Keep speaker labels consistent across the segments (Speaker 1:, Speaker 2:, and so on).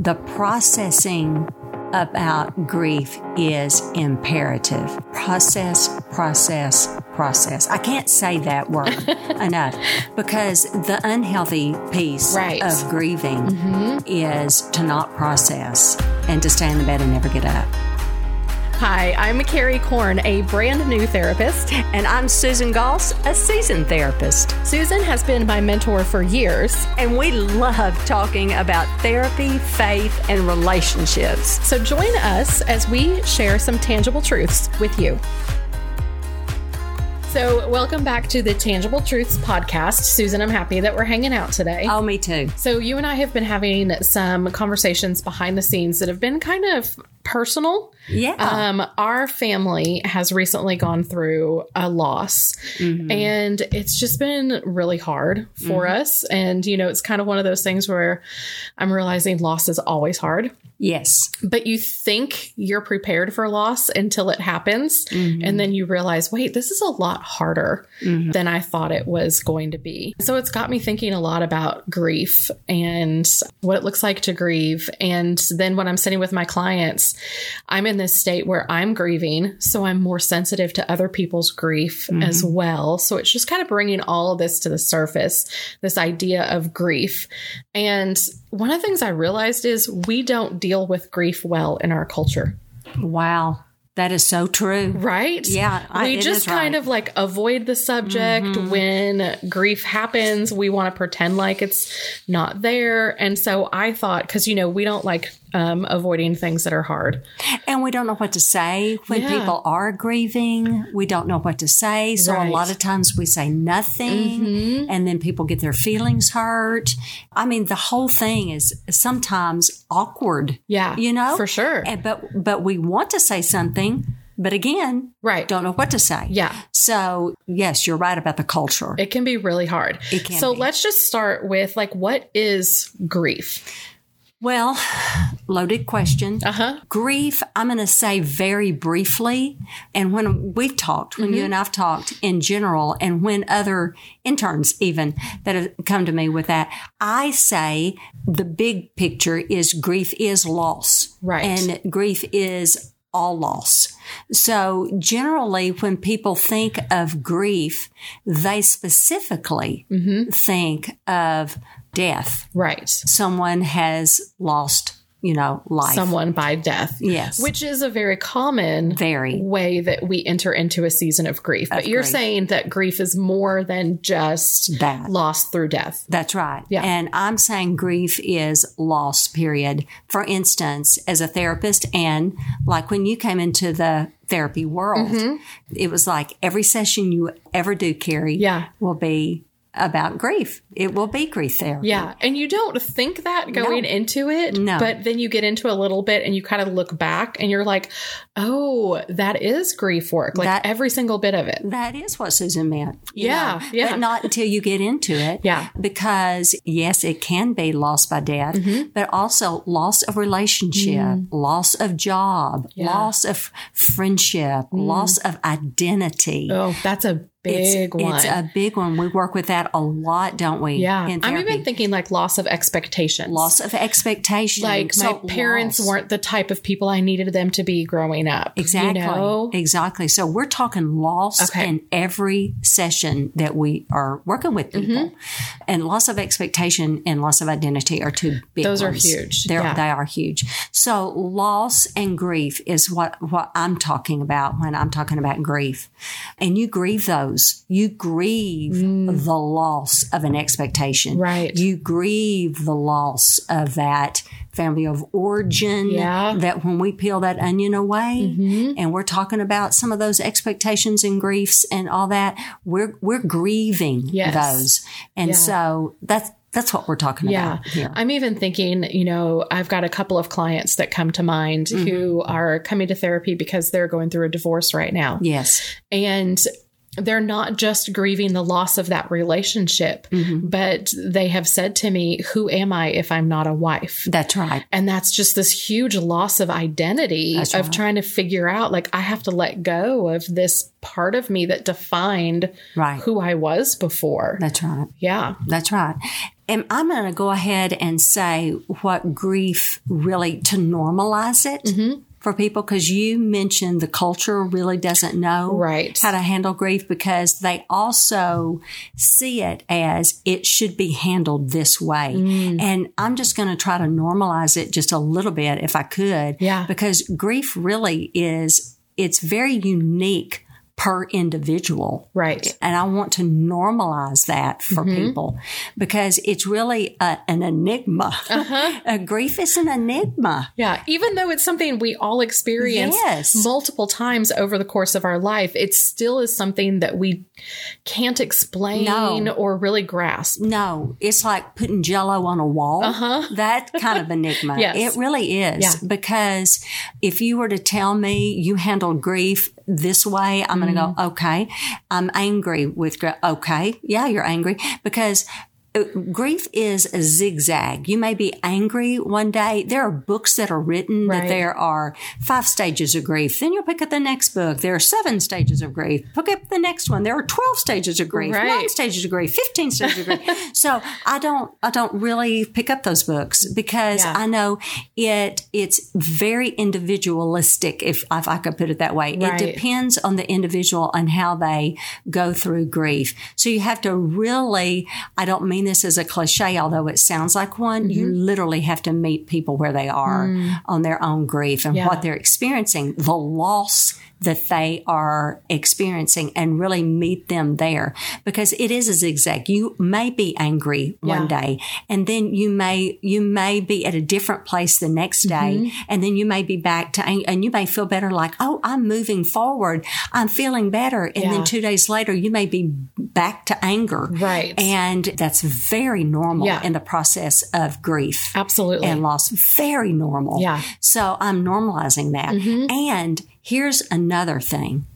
Speaker 1: the processing about grief is imperative. Process, process, process. I can't say that word enough because the unhealthy piece
Speaker 2: Right.
Speaker 1: of grieving is to not process and to stay in the bed and never get up.
Speaker 2: Hi, I'm Carrie Korn, a brand new therapist.
Speaker 1: And I'm Susan Goss, a seasoned therapist.
Speaker 2: Susan has been my mentor for years.
Speaker 1: And we love talking about therapy, faith, and relationships.
Speaker 2: So join us as we share some tangible truths with you. So, welcome back to the Tangible Truths podcast. Susan, I'm happy that we're hanging out today.
Speaker 1: Oh, me too.
Speaker 2: So, you and I have been having some conversations behind the scenes that have been kind of personal.
Speaker 1: Yeah.
Speaker 2: Um, our family has recently gone through a loss, and it's just been really hard for us. And, you know, it's kind of one of those things where I'm realizing loss is always hard
Speaker 1: yes.
Speaker 2: but you think you're prepared for loss until it happens and then you realize wait this is a lot harder than i thought it was going to be so it's got me thinking a lot about grief and what it looks like to grieve and then when i'm sitting with my clients i'm in this state where i'm grieving so i'm more sensitive to other people's grief as well so it's just kind of bringing all of this to the surface this idea of grief and one of the things I realized is we don't deal with grief well in our culture,
Speaker 1: Wow. That is so true.
Speaker 2: right?
Speaker 1: Yeah, I-
Speaker 2: we
Speaker 1: it
Speaker 2: just
Speaker 1: is right.
Speaker 2: kind
Speaker 1: Mm-hmm.
Speaker 2: of like avoid the subject when grief happens. We want to pretend like it's not there. And so I thought, because, you know, we don't like um, avoiding things that are hard.
Speaker 1: And we don't know what to say when
Speaker 2: Yeah.
Speaker 1: people are grieving. We don't know what to say. So
Speaker 2: Right. Mm-hmm.
Speaker 1: a lot of times we say nothing and then people get their feelings hurt. I mean, the whole thing is sometimes awkward.
Speaker 2: Yeah.
Speaker 1: You know?
Speaker 2: For sure.
Speaker 1: And- but but we want to say something, but again,
Speaker 2: right.
Speaker 1: don't know what to say.
Speaker 2: Yeah.
Speaker 1: So, yes, you're right about the culture.
Speaker 2: It can be really hard.
Speaker 1: It can
Speaker 2: so
Speaker 1: be.
Speaker 2: let's just start with like, what is grief?
Speaker 1: Well, loaded question.
Speaker 2: Uh huh.
Speaker 1: Grief, I'm going to say very briefly, and when we've talked, when you and I've talked in general, and when other interns even that have come to me with that, I say the big picture is grief is loss.
Speaker 2: Right.
Speaker 1: And grief is all loss. So generally, when people think of grief, they specifically think of death.
Speaker 2: Right.
Speaker 1: Someone has lost, you know, life.
Speaker 2: Someone by death.
Speaker 1: Yes.
Speaker 2: Which is a very common
Speaker 1: Very.
Speaker 2: way that we enter into a season of grief. but you're
Speaker 1: grief.
Speaker 2: saying that grief is more than just
Speaker 1: That.
Speaker 2: loss through death.
Speaker 1: That's right.
Speaker 2: Yeah.
Speaker 1: And I'm saying grief is loss, period. For instance, as a therapist, and like when you came into the therapy world,
Speaker 2: Mm-hmm.
Speaker 1: it was like every session you ever do, Carrie,
Speaker 2: Yeah.
Speaker 1: will be about grief. It will be grief therapy.
Speaker 2: Yeah. And you don't think that going into it.
Speaker 1: No.
Speaker 2: But then you get into a little bit and you kind of look back and you're like, oh, that is grief work. Like
Speaker 1: That-
Speaker 2: every single bit of it.
Speaker 1: That is what Susan meant. you
Speaker 2: Yeah,
Speaker 1: know,
Speaker 2: yeah.
Speaker 1: But not until you get into it.
Speaker 2: Yeah.
Speaker 1: Because yes, it can be loss by death,
Speaker 2: Mm-hmm.
Speaker 1: but also loss of relationship, loss of job,
Speaker 2: Mm. Yeah.
Speaker 1: loss of friendship, loss of identity.
Speaker 2: Oh, that's a
Speaker 1: It's-
Speaker 2: big one.
Speaker 1: It's a big one. We work with that a lot, don't we?
Speaker 2: yeah.
Speaker 1: In
Speaker 2: I'm
Speaker 1: therapy.
Speaker 2: even thinking like loss of expectations.
Speaker 1: loss of expectation.
Speaker 2: like
Speaker 1: So
Speaker 2: my parents
Speaker 1: loss.
Speaker 2: weren't the type of people I needed them to be growing up. you
Speaker 1: Exactly.
Speaker 2: know?
Speaker 1: Exactly. So we're talking loss
Speaker 2: Okay.
Speaker 1: in every session that we are working with people.
Speaker 2: Mm-hmm.
Speaker 1: And loss of expectation and loss of identity are two big
Speaker 2: Those are
Speaker 1: ones.
Speaker 2: huge.
Speaker 1: They're,
Speaker 2: Yeah.
Speaker 1: They are huge. So loss and grief is what, what I'm talking about when I'm talking about grief. And you grieve those. You grieve the loss of an expectation.
Speaker 2: Mm. Right.
Speaker 1: You grieve the loss of that family of origin
Speaker 2: Yeah. Mm-hmm.
Speaker 1: that when we peel that onion away and we're talking about some of those expectations and griefs and all that, we're we're grieving
Speaker 2: Yes.
Speaker 1: those. And
Speaker 2: Yeah.
Speaker 1: so that's that's what we're talking
Speaker 2: Yeah.
Speaker 1: about here.
Speaker 2: I'm even thinking, you know, I've got a couple of clients that come to mind who
Speaker 1: Mm-hmm.
Speaker 2: are coming to therapy because they're going through a divorce right now.
Speaker 1: yes.
Speaker 2: And they're not just grieving the loss of that relationship,
Speaker 1: Mm-hmm.
Speaker 2: but they have said to me, Who am I if I'm not a wife?
Speaker 1: That's right.
Speaker 2: And that's just this huge loss of identity
Speaker 1: That's
Speaker 2: of
Speaker 1: right.
Speaker 2: trying to figure out, like, I have to let go of this part of me that defined
Speaker 1: Right.
Speaker 2: who I was before.
Speaker 1: That's right.
Speaker 2: yeah.
Speaker 1: That's right. And I'm going to go ahead and say what grief really to normalize it
Speaker 2: Mm-hmm.
Speaker 1: for people because you mentioned the culture really doesn't know
Speaker 2: Right.
Speaker 1: how to handle grief because they also see it as it should be handled this way.
Speaker 2: Mm.
Speaker 1: And I'm just going to try to normalize it just a little bit if I could.
Speaker 2: Yeah.
Speaker 1: Because grief really is, it's very unique per individual.
Speaker 2: Right. Mm-hmm.
Speaker 1: And I want to normalize that for people because it's really a, an enigma.
Speaker 2: Uh-huh.
Speaker 1: Uh, grief is an enigma.
Speaker 2: Yeah. Even though it's something we all experience
Speaker 1: Yes.
Speaker 2: multiple times over the course of our life, it still is something that we can't explain
Speaker 1: No.
Speaker 2: or really grasp.
Speaker 1: No, it's like putting jello on a wall. That kind of enigma.
Speaker 2: Uh-huh. Yes.
Speaker 1: It really is.
Speaker 2: Yeah.
Speaker 1: Because if you were to tell me you handled grief this way, I'm going to
Speaker 2: Mm-hmm.
Speaker 1: go, okay, I'm angry with grief. Okay. Yeah, you're angry because uh, grief is a zigzag. You may be angry one day. There are books that are written that
Speaker 2: Right.
Speaker 1: there are five stages of grief. Then you'll pick up the next book. There are seven stages of grief. Pick up the next one. There are 12 stages of grief,
Speaker 2: Right.
Speaker 1: nine stages of grief, 15 stages of grief. So I don't, I don't really pick up those books because
Speaker 2: Yeah.
Speaker 1: I know it, it's very individualistic. If, if I could put it that way,
Speaker 2: Right.
Speaker 1: it depends on the individual and how they go through grief. So you have to really, I don't mean this as a cliche, although it sounds like one, you
Speaker 2: Mm-hmm.
Speaker 1: literally have to meet people where they are on their own grief and
Speaker 2: Mm. Yeah.
Speaker 1: what they're experiencing, the loss that they are experiencing and really meet them there because it is a zigzag. You may be angry one
Speaker 2: Yeah.
Speaker 1: day and then you may, you may be at a different place the next day
Speaker 2: Mm-hmm.
Speaker 1: and then you may be back to, ang- and you may feel better like, oh, I'm moving forward. I'm feeling better. And
Speaker 2: Yeah.
Speaker 1: then two days later, you may be back to anger.
Speaker 2: Right.
Speaker 1: And that's very normal
Speaker 2: Yeah.
Speaker 1: in the process of grief
Speaker 2: Absolutely.
Speaker 1: and loss. Very normal.
Speaker 2: Yeah.
Speaker 1: So I'm normalizing that. And here's another thing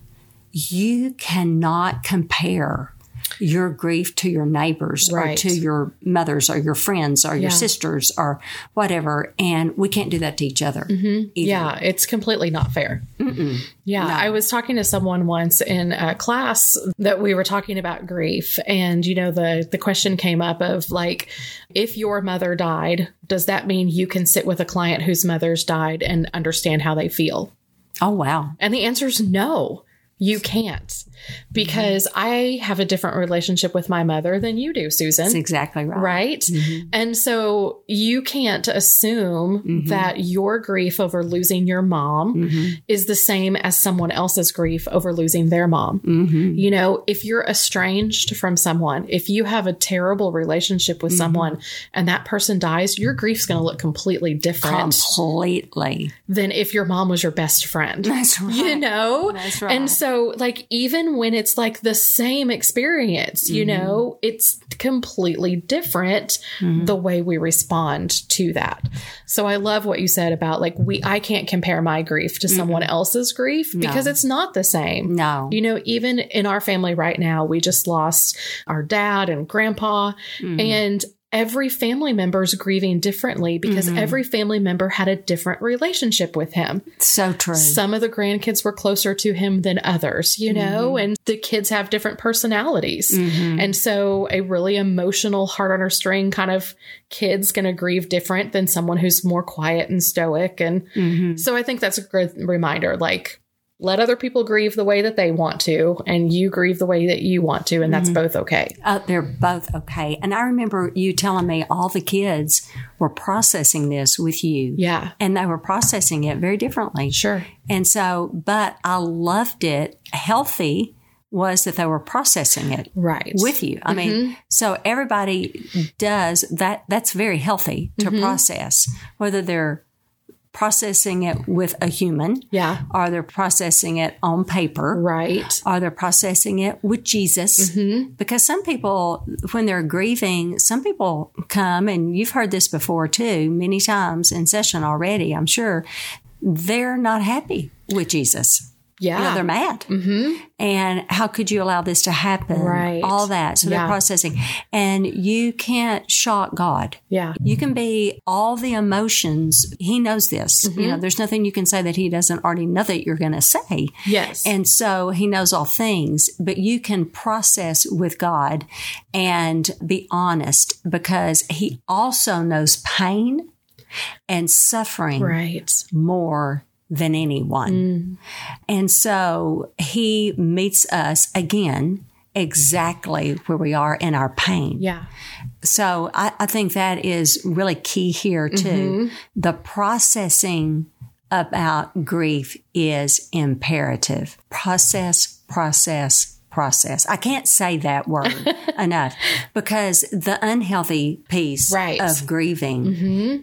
Speaker 1: you cannot compare your grief to your neighbors
Speaker 2: Right.
Speaker 1: or to your mothers or your friends or
Speaker 2: Yeah.
Speaker 1: your sisters or whatever. And we can't do that to each other. Mm-hmm.
Speaker 2: Yeah, it's completely not fair. Yeah, I was talking to someone once in a class that we were talking about grief, and you know the the question came up of like, if your mother died, does that mean you can sit with a client whose mother's died and understand how they feel?
Speaker 1: Oh, wow.
Speaker 2: And the answer is no, you can't, because I have a different relationship with my mother than you do, Susan
Speaker 1: That's exactly right.
Speaker 2: right? And so you can't assume that your grief over losing your mom is the same as someone else's grief over losing their mom. You know, if you're estranged from someone, if you have a terrible relationship with someone and that person dies, your grief's going to look completely different
Speaker 1: Completely.
Speaker 2: than if your mom was your best friend.
Speaker 1: That's right.
Speaker 2: You know?
Speaker 1: That's right.
Speaker 2: And so, like, even when it's like the same experience, you
Speaker 1: Mm-hmm.
Speaker 2: know, it's completely different the way we respond to that. So, I love what you said about like, we, I can't compare my grief to someone else's grief because it's not the same.
Speaker 1: Mm-hmm. no.
Speaker 2: You know, even in our family right now, we just lost our dad and grandpa,
Speaker 1: Mm-hmm.
Speaker 2: and every family member is grieving differently because
Speaker 1: Mm-hmm.
Speaker 2: every family member had a different relationship with him.
Speaker 1: so true.
Speaker 2: Some of the grandkids were closer to him than others, you know, and the kids have different personalities. And so a really emotional, heart on her string kind of kid's going to grieve different than someone who's more quiet and stoic. And so I think that's a good reminder. Like, let other people grieve the way that they want to, and you grieve the way that you want to, and that's both okay.
Speaker 1: Oh, they're both okay. And I remember you telling me all the kids were processing this with you.
Speaker 2: Yeah.
Speaker 1: And they were processing it very differently.
Speaker 2: Sure.
Speaker 1: And so, but I loved it. Healthy was that they were processing it
Speaker 2: Right.
Speaker 1: with you. I mean, so everybody does that. That's very healthy to process, whether they're processing it with a human
Speaker 2: yeah.
Speaker 1: or they're processing it on paper
Speaker 2: Right.
Speaker 1: are they processing it with Jesus?
Speaker 2: Mm-hmm.
Speaker 1: Because some people, when they're grieving, some people come, and you've heard this before too, many times in session already, I'm sure, they're not happy with Jesus. You know,
Speaker 2: Yeah.
Speaker 1: they're mad.
Speaker 2: mm-hmm.
Speaker 1: And how could you allow this to happen?
Speaker 2: Right.
Speaker 1: All that. So they're
Speaker 2: Yeah.
Speaker 1: processing. And you can't shock God.
Speaker 2: Yeah.
Speaker 1: You can be all the emotions. He knows this.
Speaker 2: Mm-hmm.
Speaker 1: You know, there's nothing you can say that he doesn't already know that you're going to say.
Speaker 2: Yes.
Speaker 1: And so he knows all things, but you can process with God and be honest because he also knows pain and suffering
Speaker 2: right. Mm.
Speaker 1: more than anyone. And so he meets us again exactly where we are in our pain.
Speaker 2: Yeah.
Speaker 1: So I, I think that is really key here too.
Speaker 2: Mm-hmm.
Speaker 1: The processing about grief is imperative. Process, process, process. I can't say that word enough because the unhealthy piece
Speaker 2: Right. Mm-hmm.
Speaker 1: of grieving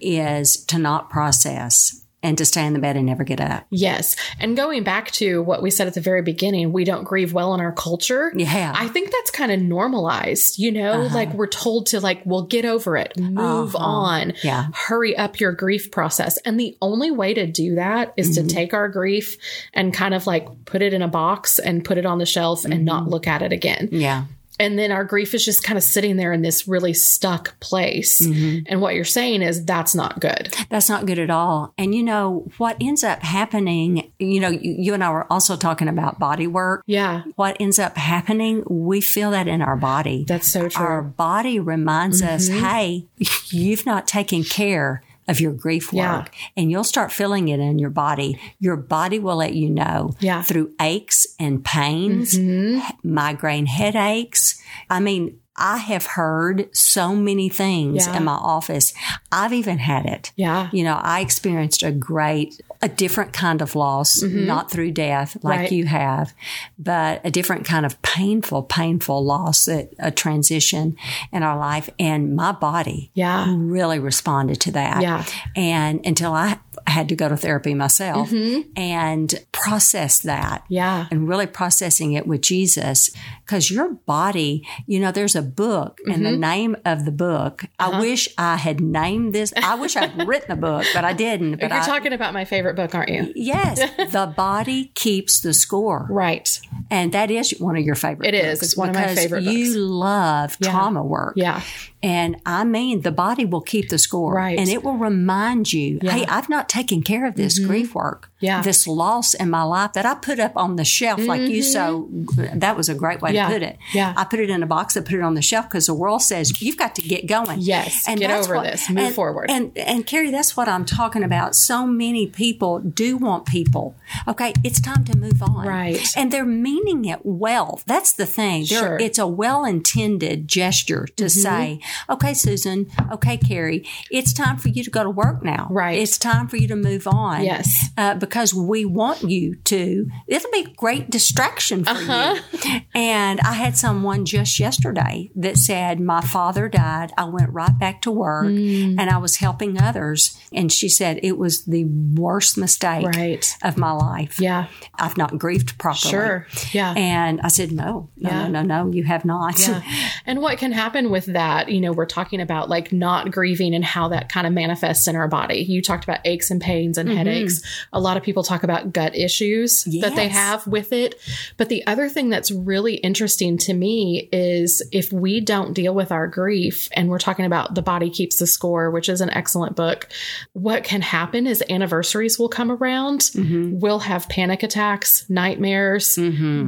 Speaker 1: is to not process and to stay in the bed and never get up.
Speaker 2: Yes. And going back to what we said at the very beginning, we don't grieve well in our culture.
Speaker 1: Yeah. Uh-huh.
Speaker 2: I think that's kind of normalized, you know, like we're told to like, well, get over it, move on,
Speaker 1: Yeah.
Speaker 2: hurry up your grief process. And the only way to do that is
Speaker 1: Mm-hmm.
Speaker 2: to take our grief and kind of like put it in a box and put it on the shelf
Speaker 1: Mm-hmm.
Speaker 2: and not look at it again.
Speaker 1: Yeah.
Speaker 2: And then our grief is just kind of sitting there in this really stuck place.
Speaker 1: Mm-hmm.
Speaker 2: And what you're saying is that's not good.
Speaker 1: That's not good at all. And you know, what ends up happening, you know, you, you and I were also talking about body work.
Speaker 2: Yeah.
Speaker 1: What ends up happening, we feel that in our body.
Speaker 2: That's so true. Mm-hmm.
Speaker 1: Our body reminds us, hey, you've not taken care of your grief work.
Speaker 2: Yeah.
Speaker 1: And you'll start feeling it in your body. Your body will let you know
Speaker 2: Yeah. Mm-hmm.
Speaker 1: through aches and pains, h- migraine headaches. I mean, I have heard so many things
Speaker 2: Yeah.
Speaker 1: in my office. I've even had it.
Speaker 2: yeah.
Speaker 1: You know, I experienced a great, a different kind of loss, not through death like
Speaker 2: Mm-hmm. Right.
Speaker 1: you have, but a different kind of painful, painful loss, a, a transition in our life. And my body
Speaker 2: Yeah.
Speaker 1: really responded to that.
Speaker 2: Yeah.
Speaker 1: And until I had to go to therapy myself
Speaker 2: Mm-hmm.
Speaker 1: and process that
Speaker 2: Yeah.
Speaker 1: and really processing it with Jesus because your body, you know, there's a book and the
Speaker 2: Mm-hmm.
Speaker 1: name of the book.
Speaker 2: Uh-huh.
Speaker 1: I wish I had named this. I wish I'd written a book, but I didn't. But
Speaker 2: You're
Speaker 1: I,
Speaker 2: talking about my favorite book, aren't you?
Speaker 1: yes, the body keeps the score.
Speaker 2: Right.
Speaker 1: And that is one of your favorite
Speaker 2: It is.
Speaker 1: books
Speaker 2: It's one of my
Speaker 1: because
Speaker 2: favorite
Speaker 1: You
Speaker 2: books.
Speaker 1: love trauma work.
Speaker 2: Yeah.
Speaker 1: And I mean, the body will keep the score.
Speaker 2: Right.
Speaker 1: And it will remind you, hey, I've not taken care of this grief work,
Speaker 2: Mm-hmm. Yeah.
Speaker 1: this loss in my life that I put up on the shelf, like you so, that was a great way
Speaker 2: Mm-hmm. Yeah.
Speaker 1: to put it.
Speaker 2: Yeah.
Speaker 1: I put it in a box, I put it on the shelf because the world says, you've got to get going.
Speaker 2: Yes. Get
Speaker 1: that's
Speaker 2: over this. Move
Speaker 1: and-
Speaker 2: forward.
Speaker 1: And, and Carrie, that's what I'm talking about. So many people do want people. Okay. It's time to move on.
Speaker 2: Right.
Speaker 1: And they're meaning it well. That's the thing. They're-
Speaker 2: Sure.
Speaker 1: It's a well intended gesture to
Speaker 2: Mm-hmm.
Speaker 1: say, okay, Susan, okay, Carrie, it's time for you to go to work now.
Speaker 2: Right.
Speaker 1: It's time for you to move on.
Speaker 2: Yes.
Speaker 1: Uh, because we want you to, it'll be a great distraction for
Speaker 2: Uh-huh.
Speaker 1: you. And I had someone just yesterday that said, My father died. I went right back to work
Speaker 2: Mm.
Speaker 1: and I was helping others. And she said, It was the worst mistake
Speaker 2: Right.
Speaker 1: of my life.
Speaker 2: Yeah.
Speaker 1: I've not grieved properly.
Speaker 2: Sure. Yeah.
Speaker 1: And I said, no, no,
Speaker 2: Yeah.
Speaker 1: no, no, no, you have not.
Speaker 2: Yeah. And what can happen with that, you know, we're talking about like not grieving and how that kind of manifests in our body. You talked about aches and pains
Speaker 1: Mm-hmm.
Speaker 2: and headaches. A lot of people talk about gut issues that they
Speaker 1: Yes.
Speaker 2: have with it. But the other thing that's really interesting to me is if we don't deal with our grief, and we're talking about The Body Keeps the Score, which is an excellent book, what can happen is anniversaries will come around.
Speaker 1: Mm-hmm.
Speaker 2: We'll have panic attacks, nightmares,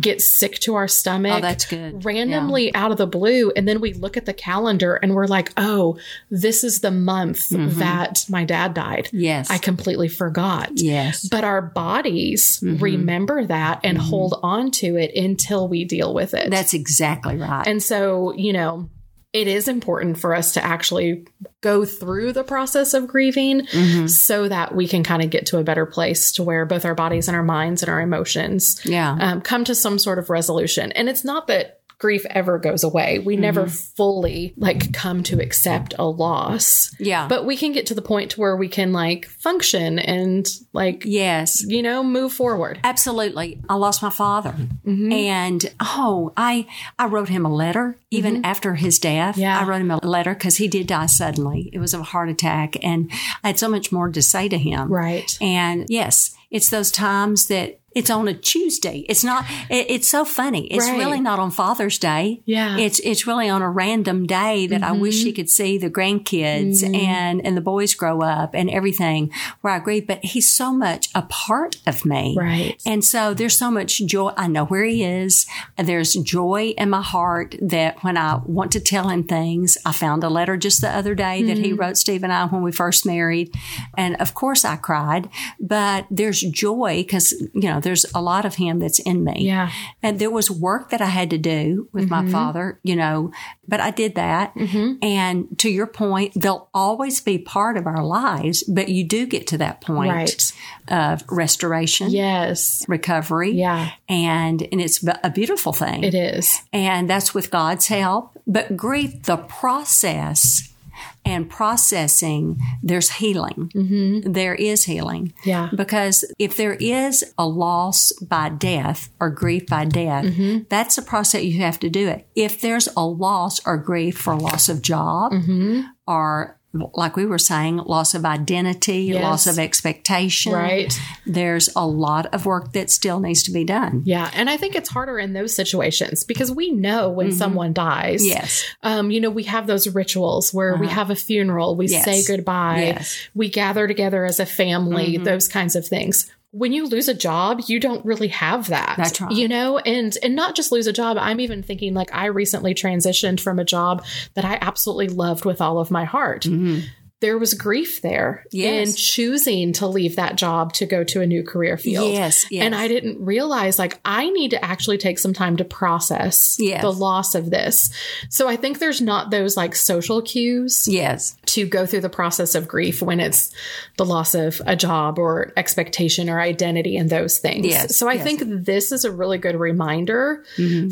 Speaker 2: get sick to our stomach
Speaker 1: Oh, that's good.
Speaker 2: randomly out of the blue and then we look at the calendar and we're like oh this is the month that my dad died
Speaker 1: Yes.
Speaker 2: i completely forgot
Speaker 1: yes.
Speaker 2: but our bodies remember that and hold on to it until we deal with it
Speaker 1: That's exactly right.
Speaker 2: and so you know it is important for us to actually go through the process of grieving so that we can kind of get to a better place to where both our bodies and our minds and our emotions
Speaker 1: yeah.
Speaker 2: um, come to some sort of resolution. And it's not that grief ever goes away. We never fully like come to accept a loss.
Speaker 1: yeah.
Speaker 2: But we can get to the point to where we can like function and like
Speaker 1: yes.
Speaker 2: you know move forward.
Speaker 1: Absolutely. I lost my father.
Speaker 2: Mm-hmm.
Speaker 1: And oh, I I wrote him a letter even after his death.
Speaker 2: Mm-hmm. Yeah.
Speaker 1: I wrote him a letter because he did die suddenly. It was a heart attack. And I had so much more to say to him.
Speaker 2: Right.
Speaker 1: And yes, it's those times that it's on a Tuesday. It's not, it, it's so funny. It's
Speaker 2: Right.
Speaker 1: really not on Father's Day.
Speaker 2: Yeah. Mm-hmm.
Speaker 1: It's, it's really on a random day that I wish he could see the grandkids and, and the boys grow up and everything where I agree. But he's so much a part of me.
Speaker 2: Right.
Speaker 1: And so there's so much joy. I know where he is. There's joy in my heart that when I want to tell him things, I found a letter just the other day that
Speaker 2: Mm-hmm.
Speaker 1: he wrote Steve and I when we first married. And of course I cried, but there's joy because, you know, there's a lot of him that's in me.
Speaker 2: Yeah. Mm-hmm.
Speaker 1: And there was work that I had to do with my father, you know, but I did that. And to your point, they'll always be part of our lives, but you do get to that point
Speaker 2: Right.
Speaker 1: of restoration
Speaker 2: Yes.
Speaker 1: recovery.
Speaker 2: Yeah.
Speaker 1: And, and it's b- a beautiful thing.
Speaker 2: It is.
Speaker 1: And that's with God's help. But grief, the process and processing, there's healing. Mm-hmm. is healing.
Speaker 2: Yeah.
Speaker 1: Because if there is a loss by death or grief by death,
Speaker 2: Mm-hmm.
Speaker 1: that's the process you have to do it. If there's a loss or grief for loss of job
Speaker 2: Mm-hmm.
Speaker 1: or like we were saying, loss of identity, loss of expectation.
Speaker 2: Right.
Speaker 1: There's a lot of work that still needs to be done.
Speaker 2: Yeah. And I think it's harder in those situations because we know when someone dies.
Speaker 1: Yes.
Speaker 2: Um, you know, we have those rituals where we have a funeral, we
Speaker 1: Uh-huh. Yes.
Speaker 2: say goodbye,
Speaker 1: Yes. Mm-hmm.
Speaker 2: we gather together as a family, those kinds of things. When you lose a job, you don't really have that.
Speaker 1: That's right.
Speaker 2: You know, and and not just lose a job. I'm even thinking like I recently transitioned from a job that I absolutely loved with all of my heart. There was grief there
Speaker 1: Mm-hmm. Yes.
Speaker 2: in choosing to leave that job to go to a new career field.
Speaker 1: Yes, yes.
Speaker 2: And I didn't realize like I need to actually take some time to process
Speaker 1: Yes.
Speaker 2: the loss of this. So I think there's not those like social cues
Speaker 1: Yes.
Speaker 2: to go through the process of grief when it's the loss of a job or expectation or identity and those things.
Speaker 1: Yes,
Speaker 2: so I
Speaker 1: yes. Mm-hmm.
Speaker 2: think this is a really good reminder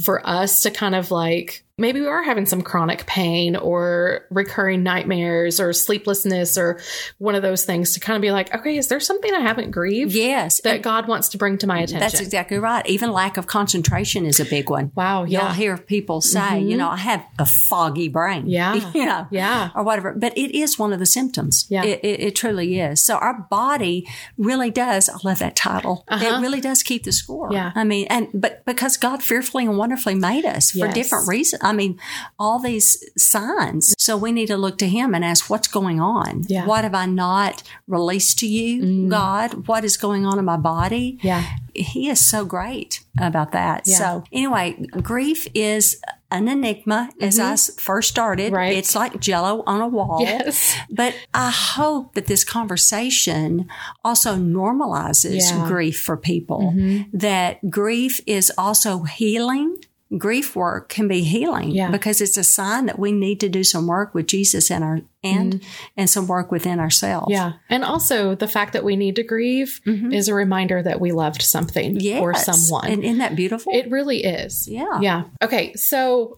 Speaker 2: for us to kind of like maybe we are having some chronic pain or recurring nightmares or sleeplessness or one of those things to kind of be like, okay, is there something I haven't grieved
Speaker 1: Yes.
Speaker 2: that God wants to bring to my attention?
Speaker 1: That's exactly right. Even lack of concentration is a big one.
Speaker 2: Wow, yeah. Mm-hmm.
Speaker 1: You'll hear people say, you know, I have a foggy brain.
Speaker 2: Yeah.
Speaker 1: You know,
Speaker 2: Yeah.
Speaker 1: Or whatever. But it is one of the symptoms.
Speaker 2: Yeah.
Speaker 1: It, it, it truly is. So our body really does, I love that title. It really does keep the score.
Speaker 2: Uh-huh. Yeah.
Speaker 1: I mean, and, but because God fearfully and wonderfully made us for
Speaker 2: Yes.
Speaker 1: different reasons. I mean, all these signs. So we need to look to Him and ask, what's going on?
Speaker 2: Yeah. Mm.
Speaker 1: What have I not released to you, God? What is going on in my body?
Speaker 2: Yeah.
Speaker 1: he is so great about that. So anyway, grief is an enigma as I s- first started.
Speaker 2: Mm-hmm. Right.
Speaker 1: It's like jello on a wall.
Speaker 2: Yes.
Speaker 1: But I hope that this conversation also normalizes
Speaker 2: Yeah. Mm-hmm.
Speaker 1: grief for people. That grief is also healing. Grief work can be healing
Speaker 2: Yeah.
Speaker 1: because it's a sign that we need to do some work with Jesus in our and and some work within ourselves.
Speaker 2: Mm-hmm. Yeah. And also the fact that we need to grieve is a reminder that we loved something
Speaker 1: Mm-hmm. Yes.
Speaker 2: or someone.
Speaker 1: And isn't that beautiful?
Speaker 2: it really is.
Speaker 1: Yeah.
Speaker 2: Yeah. Okay. So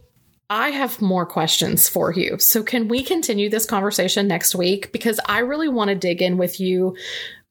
Speaker 2: I have more questions for you. So can we continue this conversation next week? Because I really want to dig in with you.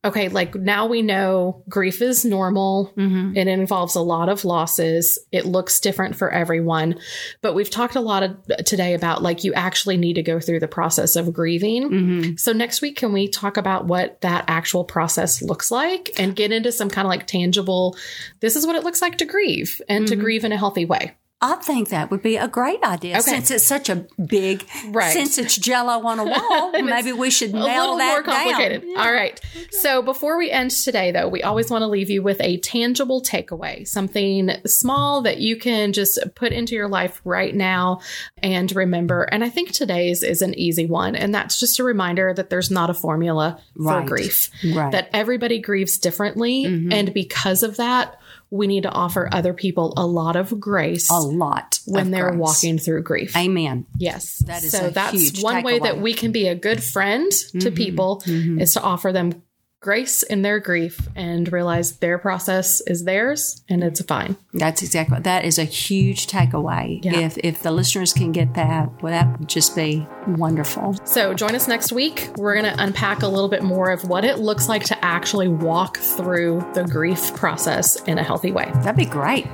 Speaker 2: Okay, like now we know grief is normal. It involves a lot of losses. It looks different for everyone. But we've talked a lot of, today about like you actually need to go through the process of grieving. So next week, can we talk about what that actual process looks like and get into some kind of like tangible, this is what it looks like to grieve and to grieve in a healthy way?
Speaker 1: I think that would be a great idea
Speaker 2: Okay.
Speaker 1: since it's such a big,
Speaker 2: Right.
Speaker 1: since it's jello on a wall, maybe we should
Speaker 2: A
Speaker 1: nail
Speaker 2: little
Speaker 1: that
Speaker 2: more complicated.
Speaker 1: down.
Speaker 2: All right. So before we end today, though, we always want to leave you with a tangible takeaway, something small that you can just put into your life right now and remember. And I think today's is an easy one. And that's just a reminder that there's not a formula
Speaker 1: Right.
Speaker 2: for grief.
Speaker 1: Right. Mm-hmm.
Speaker 2: that everybody grieves differently. And because of that, we need to offer other people a lot of grace
Speaker 1: a lot
Speaker 2: when
Speaker 1: of
Speaker 2: they're
Speaker 1: grace.
Speaker 2: walking through grief.
Speaker 1: Amen.
Speaker 2: yes.
Speaker 1: That is
Speaker 2: so
Speaker 1: a
Speaker 2: that's
Speaker 1: huge
Speaker 2: one way that
Speaker 1: takeaway.
Speaker 2: we can be a good friend to people is to offer them grace in their grief and realize their process is theirs and it's fine.
Speaker 1: That's exactly. That is a huge takeaway.
Speaker 2: Yeah.
Speaker 1: If if the listeners can get that, well, that would just be wonderful.
Speaker 2: So join us next week. We're going to unpack a little bit more of what it looks like to actually walk through the grief process in a healthy way.
Speaker 1: That'd be great.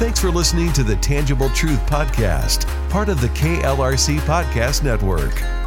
Speaker 3: Thanks for listening to the Tangible Truth Podcast, part of the KLRC Podcast Network.